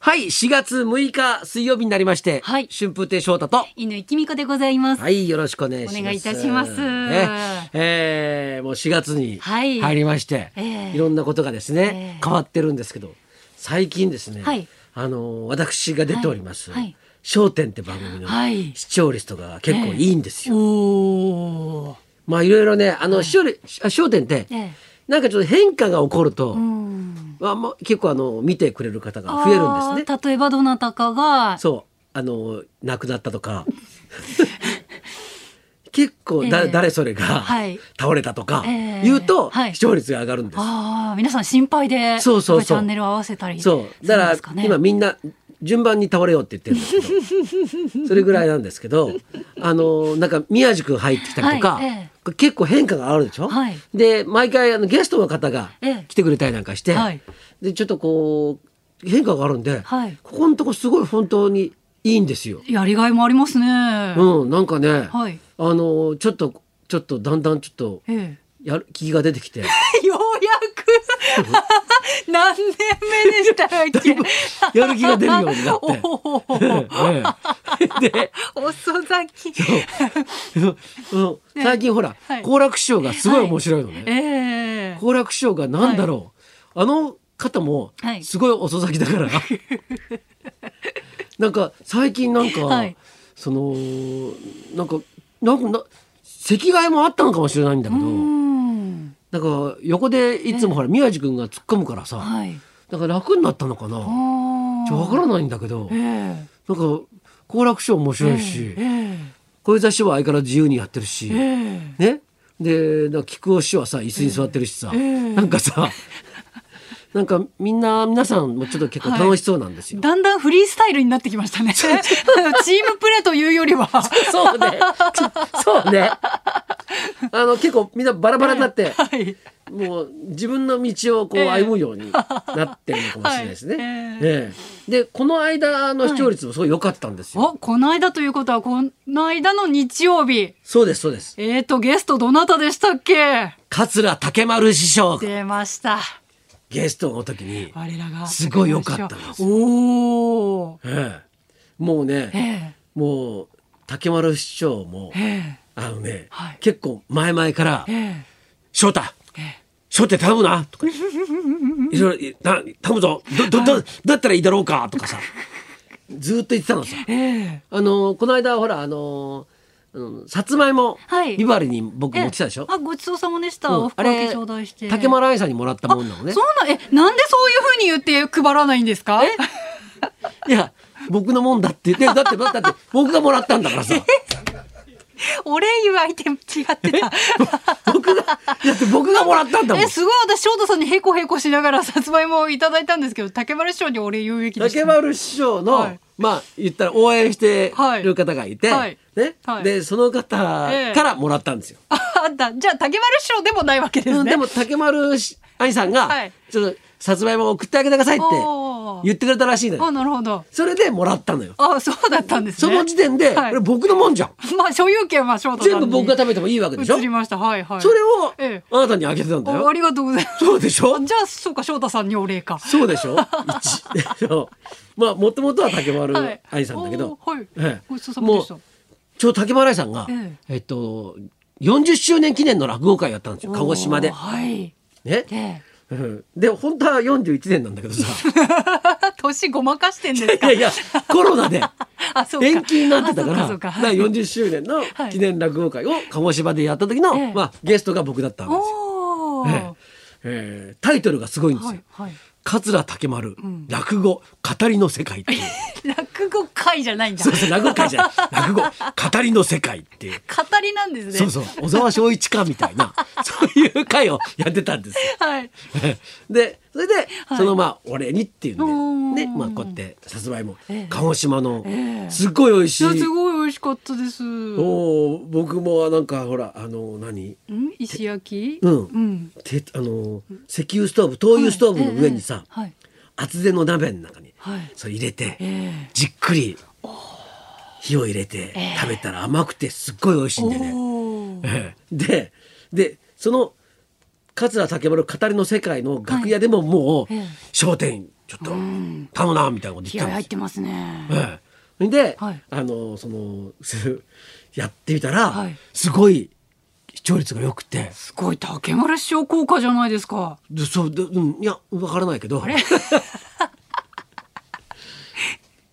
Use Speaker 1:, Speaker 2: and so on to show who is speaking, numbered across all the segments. Speaker 1: はい、4月6日水曜日になりまして、
Speaker 2: はい
Speaker 1: 春風亭昇太と、
Speaker 2: 犬井美子でございます。
Speaker 1: はい、よろしくお願いします。
Speaker 2: お願いいたします
Speaker 1: ねえーもう4月に
Speaker 2: はい
Speaker 1: 入りまして、
Speaker 2: え
Speaker 1: い、
Speaker 2: え
Speaker 1: ろんなことがですね、
Speaker 2: ええ
Speaker 1: 変わってるんですけど、最近ですね、
Speaker 2: はい
Speaker 1: あの、私が出ております、
Speaker 2: はいはい
Speaker 1: 笑点って番組の
Speaker 2: はい
Speaker 1: 視聴率とかが結構いいんですよ。
Speaker 2: おー
Speaker 1: まあ、いろいろね、あの、視聴率、あ笑点って、
Speaker 2: ええ
Speaker 1: なんかちょっと変化が起こると、
Speaker 2: うん。
Speaker 1: まあ、もう結構あの、見てくれる方が増えるんですね。
Speaker 2: あー例えばどなたかが。
Speaker 1: そうあの亡くなったと か結構だ、
Speaker 2: ええ
Speaker 1: 誰それが
Speaker 2: はい
Speaker 1: 倒れたとか
Speaker 2: ええ
Speaker 1: 言うと
Speaker 2: はい
Speaker 1: 視聴率が上がるんです、
Speaker 2: ああ、皆さん心配で。
Speaker 1: そうそうそう
Speaker 2: やっぱりチャンネルを合わせたり。
Speaker 1: そうだから
Speaker 2: するんですね
Speaker 1: 今みんな順番に倒れようって言ってるんです けどそれぐらいなんですけどあのなんか宮治君入ってきたりとか、
Speaker 2: はいええ
Speaker 1: これ結構変化があるでしょ、
Speaker 2: はい
Speaker 1: で毎回あのゲストの方が
Speaker 2: ええ
Speaker 1: 来てくれたりなんかして、
Speaker 2: はい
Speaker 1: でちょっとこう変化があるんで、
Speaker 2: はい
Speaker 1: ここのとこすごい本当にいいんですよ。
Speaker 2: やりがいもありますね。は
Speaker 1: うん、なんかね、
Speaker 2: い。
Speaker 1: あのーちょっとちょっとだんだんちょっと
Speaker 2: ええ
Speaker 1: やる気が出てきて、だ
Speaker 2: ようや く何年目でしたっ
Speaker 1: いぶやる気が出るようになって。
Speaker 2: おー
Speaker 1: ええで、
Speaker 2: 遅咲き。
Speaker 1: うん最近ほら
Speaker 2: はい
Speaker 1: 好楽師匠がすごい面白いの
Speaker 2: え
Speaker 1: ね。
Speaker 2: え
Speaker 1: 好楽師匠がなんだろう、あの方も
Speaker 2: はい
Speaker 1: すごい遅咲きだ から、なんか最近なんか、
Speaker 2: はい
Speaker 1: そのなんかなんかな席替えもあったのかもしれないんだけど、
Speaker 2: うん。
Speaker 1: なんか横でいつもほら宮治君が突っ込むからさ。
Speaker 2: はい。
Speaker 1: なんか楽になったのかな。ちょわから
Speaker 2: ない。
Speaker 1: ないんだけど
Speaker 2: え、え
Speaker 1: なんか好楽師匠面白い
Speaker 2: え
Speaker 1: し、
Speaker 2: え
Speaker 1: 小遊三師匠は相変わらず自由にやってるし、ね。
Speaker 2: ええ
Speaker 1: で、なんか木久扇師匠はさ椅子に座ってるしさ、
Speaker 2: ええ
Speaker 1: なんかさ、なんかみんな皆さんもちょっと結構楽しそうなん ですよ。
Speaker 2: だんだんフリースタイルになってきましたね。チームプレーというよ りは。
Speaker 1: そうね、ちょ そうね。あの結構みんなバラバラになって、
Speaker 2: はい。
Speaker 1: もう自分の道をこ
Speaker 2: え
Speaker 1: う
Speaker 2: え
Speaker 1: 歩むようになってるのかもしれないですね。
Speaker 2: はい
Speaker 1: ええで、この間の視聴率もすごい良かったんですよ。
Speaker 2: お、この間ということは、この間の日曜日。
Speaker 1: そうです、そうです。
Speaker 2: えーと、ゲストどなたでしたっけ
Speaker 1: 桂竹丸師匠が
Speaker 2: 出ました。
Speaker 1: ゲストの時に、
Speaker 2: 我らが。
Speaker 1: すごい良かったです
Speaker 2: おー。
Speaker 1: ええもうね、
Speaker 2: え
Speaker 1: もう竹丸師匠も
Speaker 2: ええ
Speaker 1: あのね、
Speaker 2: はい
Speaker 1: 結構前々から
Speaker 2: ええ
Speaker 1: 「翔太
Speaker 2: ええ
Speaker 1: 翔太頼むな」とか「いろいろな頼むぞどどどだったらいいだろうか」とかさずーっと言ってたのさ。
Speaker 2: ええ
Speaker 1: あのこの間ほらあのうんさつまいも、
Speaker 2: はい
Speaker 1: ビバリーに僕
Speaker 2: え
Speaker 1: 持ってきたでしょ、
Speaker 2: あ、ごちそうさまでした。
Speaker 1: うん
Speaker 2: おふくわけ頂戴して。
Speaker 1: 竹丸愛さんにもらったもんなのね
Speaker 2: そうな、え、なんでそういうふうに言って配らないんですかえ
Speaker 1: いや僕のもんだって言ってだってだってだって僕がもらったんだからさ
Speaker 2: お礼言う相手も違ってた。
Speaker 1: 僕が、だって僕がもらったんだもん
Speaker 2: え、。すごい私、翔太さんにへこへこしながら、 さつまいもをいただいたんですけど、竹丸師匠にお礼言うべきでした。
Speaker 1: 竹丸師匠の、
Speaker 2: はい
Speaker 1: まあ、言ったら応援して
Speaker 2: はい
Speaker 1: る方がいて、
Speaker 2: はい
Speaker 1: ね、
Speaker 2: はい
Speaker 1: で、その方
Speaker 2: ええ
Speaker 1: からもらったんですよ。
Speaker 2: ああった。じゃあ、竹丸師匠でもないわけです
Speaker 1: うん
Speaker 2: ね。
Speaker 1: でも、竹丸し愛さんが、
Speaker 2: はい
Speaker 1: ちょっと、さつまいも送ってあげてくださいって
Speaker 2: おー
Speaker 1: 言ってくれたらしいの
Speaker 2: あ、
Speaker 1: よ。
Speaker 2: なるほど。
Speaker 1: それでもらったのよ。
Speaker 2: あ、そうだったんです
Speaker 1: そ
Speaker 2: ね。
Speaker 1: の時点で、
Speaker 2: はい
Speaker 1: これ僕のもんじゃん。
Speaker 2: まあ、所有権は翔太さ
Speaker 1: 全
Speaker 2: ん
Speaker 1: 部
Speaker 2: に。
Speaker 1: 僕が食べてもいいわけでしょ
Speaker 2: 移りました。はいはい。
Speaker 1: それを、
Speaker 2: ええ
Speaker 1: あなたにあげてたんだ
Speaker 2: おあ
Speaker 1: よ。
Speaker 2: りがとうございます。
Speaker 1: そうでしょ
Speaker 2: あじゃあ、そうか、翔太さんにお礼か。
Speaker 1: そうでしょ一そうまあ、もともとは竹丸愛さんだけど、
Speaker 2: はいおーはい
Speaker 1: ええ
Speaker 2: ごちそうさまでした
Speaker 1: もうちょうど竹丸愛さんが、
Speaker 2: え
Speaker 1: えっと、40周年記念の落語会やったんですよ、鹿児島
Speaker 2: お
Speaker 1: で
Speaker 2: ー。はい。
Speaker 1: ね。
Speaker 2: で、
Speaker 1: うんで、本当は41年なんだけ どさ、
Speaker 2: 年ごまかしてんです
Speaker 1: い
Speaker 2: か
Speaker 1: やいや、コロナで
Speaker 2: あ、そうか。
Speaker 1: 延期になってたから、
Speaker 2: あそ
Speaker 1: だ
Speaker 2: うか、
Speaker 1: か
Speaker 2: そうか。
Speaker 1: ら40周年の
Speaker 2: はい
Speaker 1: 記念落語会を鹿児島でやった時の、
Speaker 2: ええ
Speaker 1: まあ、ゲストが僕だったんですよ。
Speaker 2: おお。
Speaker 1: ええええタイトルがすごいんですよ。
Speaker 2: はいはい。
Speaker 1: 桂竹丸、落語、語りの世界っていう。
Speaker 2: 落語会じゃないんだ。
Speaker 1: そう
Speaker 2: 語
Speaker 1: そう、落語会じゃない。落語、語りの世界っていう。
Speaker 2: りなんですね。
Speaker 1: そうそう、小沢昭一かみたい な、そういう会をやってたんですよ。
Speaker 2: はい。
Speaker 1: で、それで、
Speaker 2: はい
Speaker 1: そのまあ、お礼にってい
Speaker 2: お
Speaker 1: うんで、
Speaker 2: ー
Speaker 1: ね、まあ、こうやって、さつまいも
Speaker 2: ええ、
Speaker 1: 鹿児島の
Speaker 2: え、え
Speaker 1: すっごい美味し
Speaker 2: い
Speaker 1: い。
Speaker 2: やすごい美味しかったです。ん
Speaker 1: おー僕もなんか、ほら、あの、何
Speaker 2: 石焼き？
Speaker 1: うん
Speaker 2: うん。
Speaker 1: てあの、石油ストーブ、灯油ストーブの上にさ、
Speaker 2: はい。
Speaker 1: 厚手の鍋の中に、
Speaker 2: はい。
Speaker 1: そう入れて、
Speaker 2: え
Speaker 1: じっくり、火を入れて
Speaker 2: ええ、
Speaker 1: 食べたら甘くてすっごい美味しい
Speaker 2: え
Speaker 1: んでね。
Speaker 2: おー
Speaker 1: ええ ででその桂竹丸語りの世界の楽屋でももう
Speaker 2: ええ
Speaker 1: 『笑点』ちょっと頼むなみたいなこと
Speaker 2: 気
Speaker 1: 言っ
Speaker 2: 合
Speaker 1: たんで
Speaker 2: 入っ
Speaker 1: す
Speaker 2: てますね。
Speaker 1: ええで、
Speaker 2: はい
Speaker 1: あのその すやってみたら、
Speaker 2: はい
Speaker 1: すごい視聴率が良くて
Speaker 2: すごい竹丸師匠効果じゃないですか。
Speaker 1: でそうで、うん、いやわからないけど
Speaker 2: れ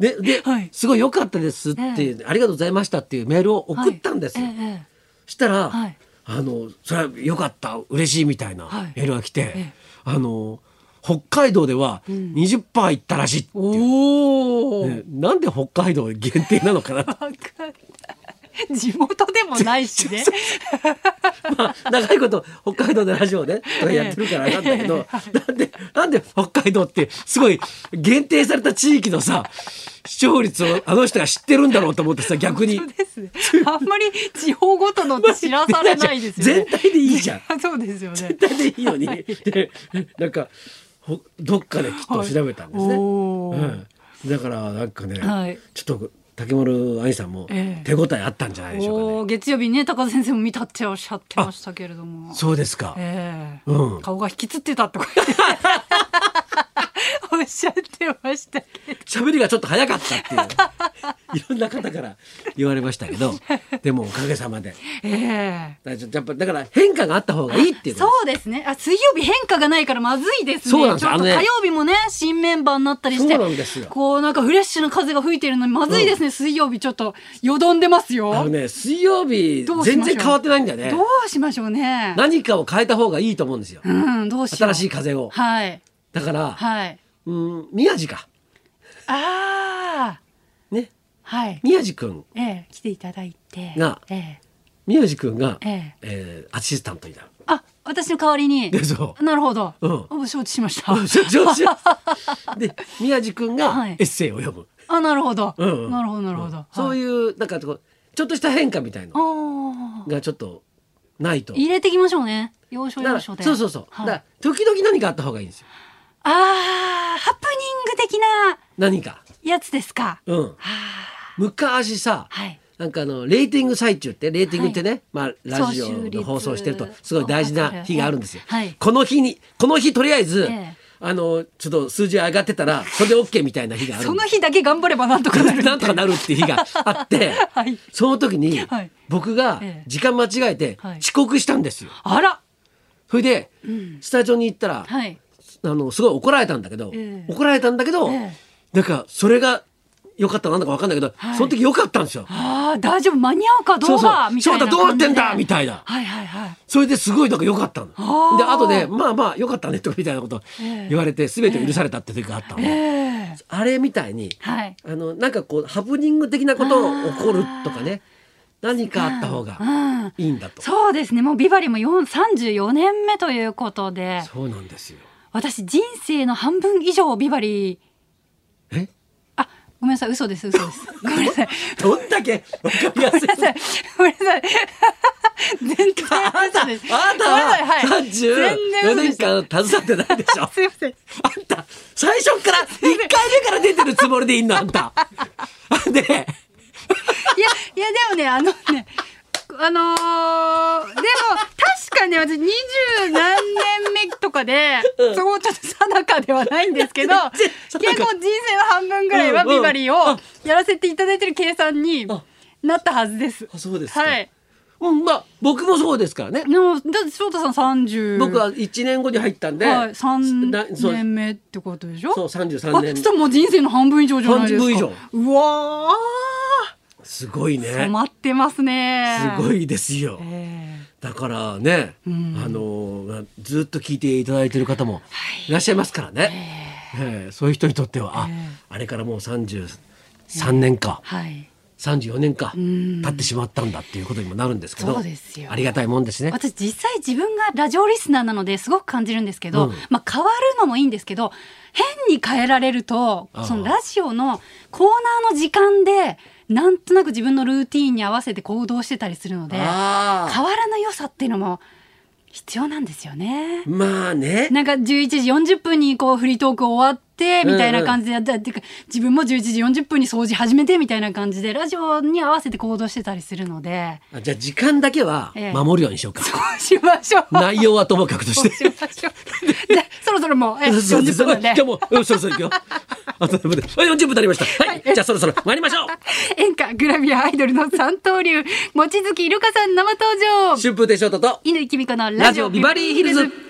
Speaker 1: でで、
Speaker 2: はい
Speaker 1: すごい良かったです」っていう、ありがとうございました」っていうメールを送ったんですよ。
Speaker 2: はいええ
Speaker 1: したら、
Speaker 2: はい
Speaker 1: あのそれは良かった嬉しいみたいな
Speaker 2: はい
Speaker 1: メールが来て、
Speaker 2: ええ
Speaker 1: あの北海道では20%いったらしいっていう、
Speaker 2: おお。
Speaker 1: ねなんで北海道限定なのかなと
Speaker 2: わかんない地元でもないしね。
Speaker 1: まあ 長いこと北海道でラジオねとかやってるからなんだけど、なんでなんで北海道ってすごい限定された地域のさ視聴率をあの人が知ってるんだろうと思ってさ逆に
Speaker 2: そうですね。あんまり地方ごとのって 知らされないですよね
Speaker 1: 全。体でいいじゃん。
Speaker 2: そうですよね
Speaker 1: 絶。対でいい のに、でなんかほどっかできっと調べたんですね。
Speaker 2: はいおー
Speaker 1: うん、だからなんかね、
Speaker 2: はい
Speaker 1: ちょっと竹丸愛さんも
Speaker 2: ええ
Speaker 1: 手応えあったんじゃないでしょうかね。
Speaker 2: おお、月曜日ね、高田先生も見たっておっしゃってましたけれども。
Speaker 1: そうですか。
Speaker 2: ええ
Speaker 1: うん
Speaker 2: 顔が引きつってたとか言って おっしゃってましたけど。
Speaker 1: 喋りがちょっと早かったっていう いろんな方から言われましたけ ど、でもおかげさまで。
Speaker 2: え
Speaker 1: だからちょやっぱだから変化があった方がいいってい
Speaker 2: え
Speaker 1: うこと
Speaker 2: そ
Speaker 1: です
Speaker 2: うですね。あ、水曜日変化がないからまずいですね。
Speaker 1: そうなんです
Speaker 2: ちょっと
Speaker 1: あのね
Speaker 2: 火曜日もね、新メンバーになったりして。
Speaker 1: そうなんですよ
Speaker 2: こう、なんかフレッシュな風が吹いてるのに、まずいですね、水曜日ちょっと、よどんでますよ。
Speaker 1: あのね水曜日
Speaker 2: どうし
Speaker 1: 全
Speaker 2: ましょう
Speaker 1: 然変わってないんだよね
Speaker 2: ど。うしましょうね。
Speaker 1: 何かを変えた方がいいと思うんですよ。
Speaker 2: うん、どうしよ
Speaker 1: 新
Speaker 2: う。
Speaker 1: しい風を。
Speaker 2: はい。
Speaker 1: だから、
Speaker 2: はい。
Speaker 1: うん宮地か
Speaker 2: ああ。
Speaker 1: ね
Speaker 2: はい。
Speaker 1: 宮地君
Speaker 2: ええ、来ていただいて。
Speaker 1: な
Speaker 2: え
Speaker 1: 宮地君が
Speaker 2: え、、ええ。
Speaker 1: えーアシスタントになる。
Speaker 2: あ、私の代わりに。
Speaker 1: でそう
Speaker 2: なるほど。
Speaker 1: うん
Speaker 2: お承知しました。
Speaker 1: 上司 で宮地君が
Speaker 2: はい
Speaker 1: エッセイを読む。
Speaker 2: あ、なるほど。
Speaker 1: うんうん
Speaker 2: なるほど、なるほど。
Speaker 1: そう
Speaker 2: う。
Speaker 1: いうなんかこうちょっとした変化みたいの
Speaker 2: ああ。
Speaker 1: がちょっとないと。
Speaker 2: 入れてきましょうね。要所
Speaker 1: だか
Speaker 2: 要
Speaker 1: ら
Speaker 2: 所
Speaker 1: そう
Speaker 2: で。
Speaker 1: そうそう。
Speaker 2: はい
Speaker 1: だから時々何かあった方がいいんですよ。
Speaker 2: ああ、ハプニング的な
Speaker 1: 何か。
Speaker 2: やつですか。
Speaker 1: うん。
Speaker 2: あ
Speaker 1: 昔さ
Speaker 2: あ。。はい。
Speaker 1: なんかあのレーティング最中ってレーティングってね、まあラジオ
Speaker 2: 聴取率
Speaker 1: の放送してるとすごい大事な日があるんですよ。
Speaker 2: はい
Speaker 1: この日にこの日とりあえず、
Speaker 2: ええ
Speaker 1: あのちょっと数字上がってたらそれで OK みたいな日がある
Speaker 2: その日だけ頑張ればなんとかなるみた。
Speaker 1: ないんとかなるっていう日があって、
Speaker 2: はい
Speaker 1: その時に
Speaker 2: はい
Speaker 1: 僕が
Speaker 2: ええ
Speaker 1: 時間間違えて
Speaker 2: はい
Speaker 1: 遅刻したんですよ。
Speaker 2: あら。
Speaker 1: それで
Speaker 2: うん
Speaker 1: スタジオに行ったら、
Speaker 2: はい。
Speaker 1: あのすごい怒られたんだけど、
Speaker 2: ええ
Speaker 1: 怒られたんだけど、
Speaker 2: ええ
Speaker 1: なんかそれが良かったなんだか分かんないけど、
Speaker 2: はい
Speaker 1: その時良かったんですよ。
Speaker 2: ああ、大丈夫、間に合うかどうか、みたいな
Speaker 1: 翔太どうなってんだ
Speaker 2: 感じで
Speaker 1: みたいな。
Speaker 2: はいはいはい。
Speaker 1: それですごいなんか良かったの。
Speaker 2: あー
Speaker 1: で後でまあまあ良かったねとかみたいなこと
Speaker 2: ええ
Speaker 1: 言われて全てを許されたって時があったの、
Speaker 2: ええ
Speaker 1: あれみたいに
Speaker 2: はい。
Speaker 1: あのなんかこうハプニング的なことを起こるとかね何かあった方が
Speaker 2: うん。
Speaker 1: いいんだと。
Speaker 2: そうですね。もうビバリも4 34年目ということで、
Speaker 1: そうなんですよ。
Speaker 2: 私人生の半分以上をビバリ、
Speaker 1: え
Speaker 2: あ、ごめんなさい、嘘です、嘘 です。ごめんなさい。
Speaker 1: どんだけわかりやすい
Speaker 2: ごめんなさい。ごめんな さい。全然嘘です。
Speaker 1: あなた
Speaker 2: ごめんなさい
Speaker 1: はい
Speaker 2: 全然
Speaker 1: 34
Speaker 2: 嘘で
Speaker 1: 年
Speaker 2: した。。
Speaker 1: 間携わってないでしょ
Speaker 2: すいません。
Speaker 1: あんた、最初から、1回目から出てるつもりでいいの、あんた。で、
Speaker 2: いや、いや、でもね、あのね、あのーでも、確かね、私、二十何年目とかで、
Speaker 1: うん
Speaker 2: そこちょっと定かではないんですけど、
Speaker 1: 全然
Speaker 2: 結
Speaker 1: 定
Speaker 2: 構
Speaker 1: か
Speaker 2: 人生の半分ぐらいは
Speaker 1: うんうん
Speaker 2: ビバリーをやらせていただいてる計算に
Speaker 1: あ
Speaker 2: なったはずです。
Speaker 1: あそうですか
Speaker 2: はい。
Speaker 1: うん、まあ、僕もそうですからね
Speaker 2: で。も、だって翔太さん30。
Speaker 1: 僕は1年後に入ったんで、
Speaker 2: はい、3
Speaker 1: なそう
Speaker 2: 年目ってことでしょ
Speaker 1: そう、33
Speaker 2: あ、ちょ
Speaker 1: 年
Speaker 2: っ。ともう人生の半分以上じゃないですか。
Speaker 1: 半分
Speaker 2: うわ
Speaker 1: すごい
Speaker 2: ー、
Speaker 1: ね。
Speaker 2: 染
Speaker 1: す
Speaker 2: まってますね。
Speaker 1: ご
Speaker 2: い。
Speaker 1: いですよ。
Speaker 2: えー
Speaker 1: だからね、あのー、ずっと聞いていただいてる方もいらっしゃいますからね。ええそういう人にとっては、あ
Speaker 2: ええ、
Speaker 1: あれからもう33年か、
Speaker 2: はい。
Speaker 1: 34年か、
Speaker 2: ん
Speaker 1: 経ってしまったんだっていうことにもなるんですけど、
Speaker 2: そうですよ
Speaker 1: ありがたいもんですね。
Speaker 2: 私実際自分がラジオリスナーなのですごく感じるんですけど、
Speaker 1: うん
Speaker 2: まあ変わるのもいいんですけど変に変えられると
Speaker 1: ああ
Speaker 2: そのラジオのコーナーの時間でなんとなく自分のルーティーンに合わせて行動してたりするので変わ
Speaker 1: あー
Speaker 2: らぬ良さっていうのも必要なんですよね。
Speaker 1: まあね。
Speaker 2: なんか11時40分にこうフリートーク終わっってみたいな感じでやったっていうか自分も11時40分に掃除始めてみたいな感じでラジオに合わせて行動してたりするので
Speaker 1: あじゃあ時間だけは
Speaker 2: ええ
Speaker 1: 守るようにしようか。
Speaker 2: そうしましょう。
Speaker 1: 内容はともかくとし
Speaker 2: そう
Speaker 1: て。
Speaker 2: しましょう。でそろ そろもうえ
Speaker 1: そうで
Speaker 2: 40
Speaker 1: す
Speaker 2: 分
Speaker 1: ね。
Speaker 2: なんで
Speaker 1: じゃあもう、うんそろそろ行くよ。あとで、40分経りました。はい。じゃあそろそろ参りましょう。
Speaker 2: 演歌グラビアアイドルの三刀流望月イルカさん生登場
Speaker 1: 春風亭昇太と、
Speaker 2: 乾きみこ
Speaker 1: ラ
Speaker 2: のラ
Speaker 1: ジ
Speaker 2: ジ
Speaker 1: オ
Speaker 2: オ
Speaker 1: ビ
Speaker 2: ビ
Speaker 1: バ
Speaker 2: バ
Speaker 1: リー
Speaker 2: リー
Speaker 1: ヒ
Speaker 2: ヒ
Speaker 1: ル
Speaker 2: ル
Speaker 1: ズ
Speaker 2: ズ。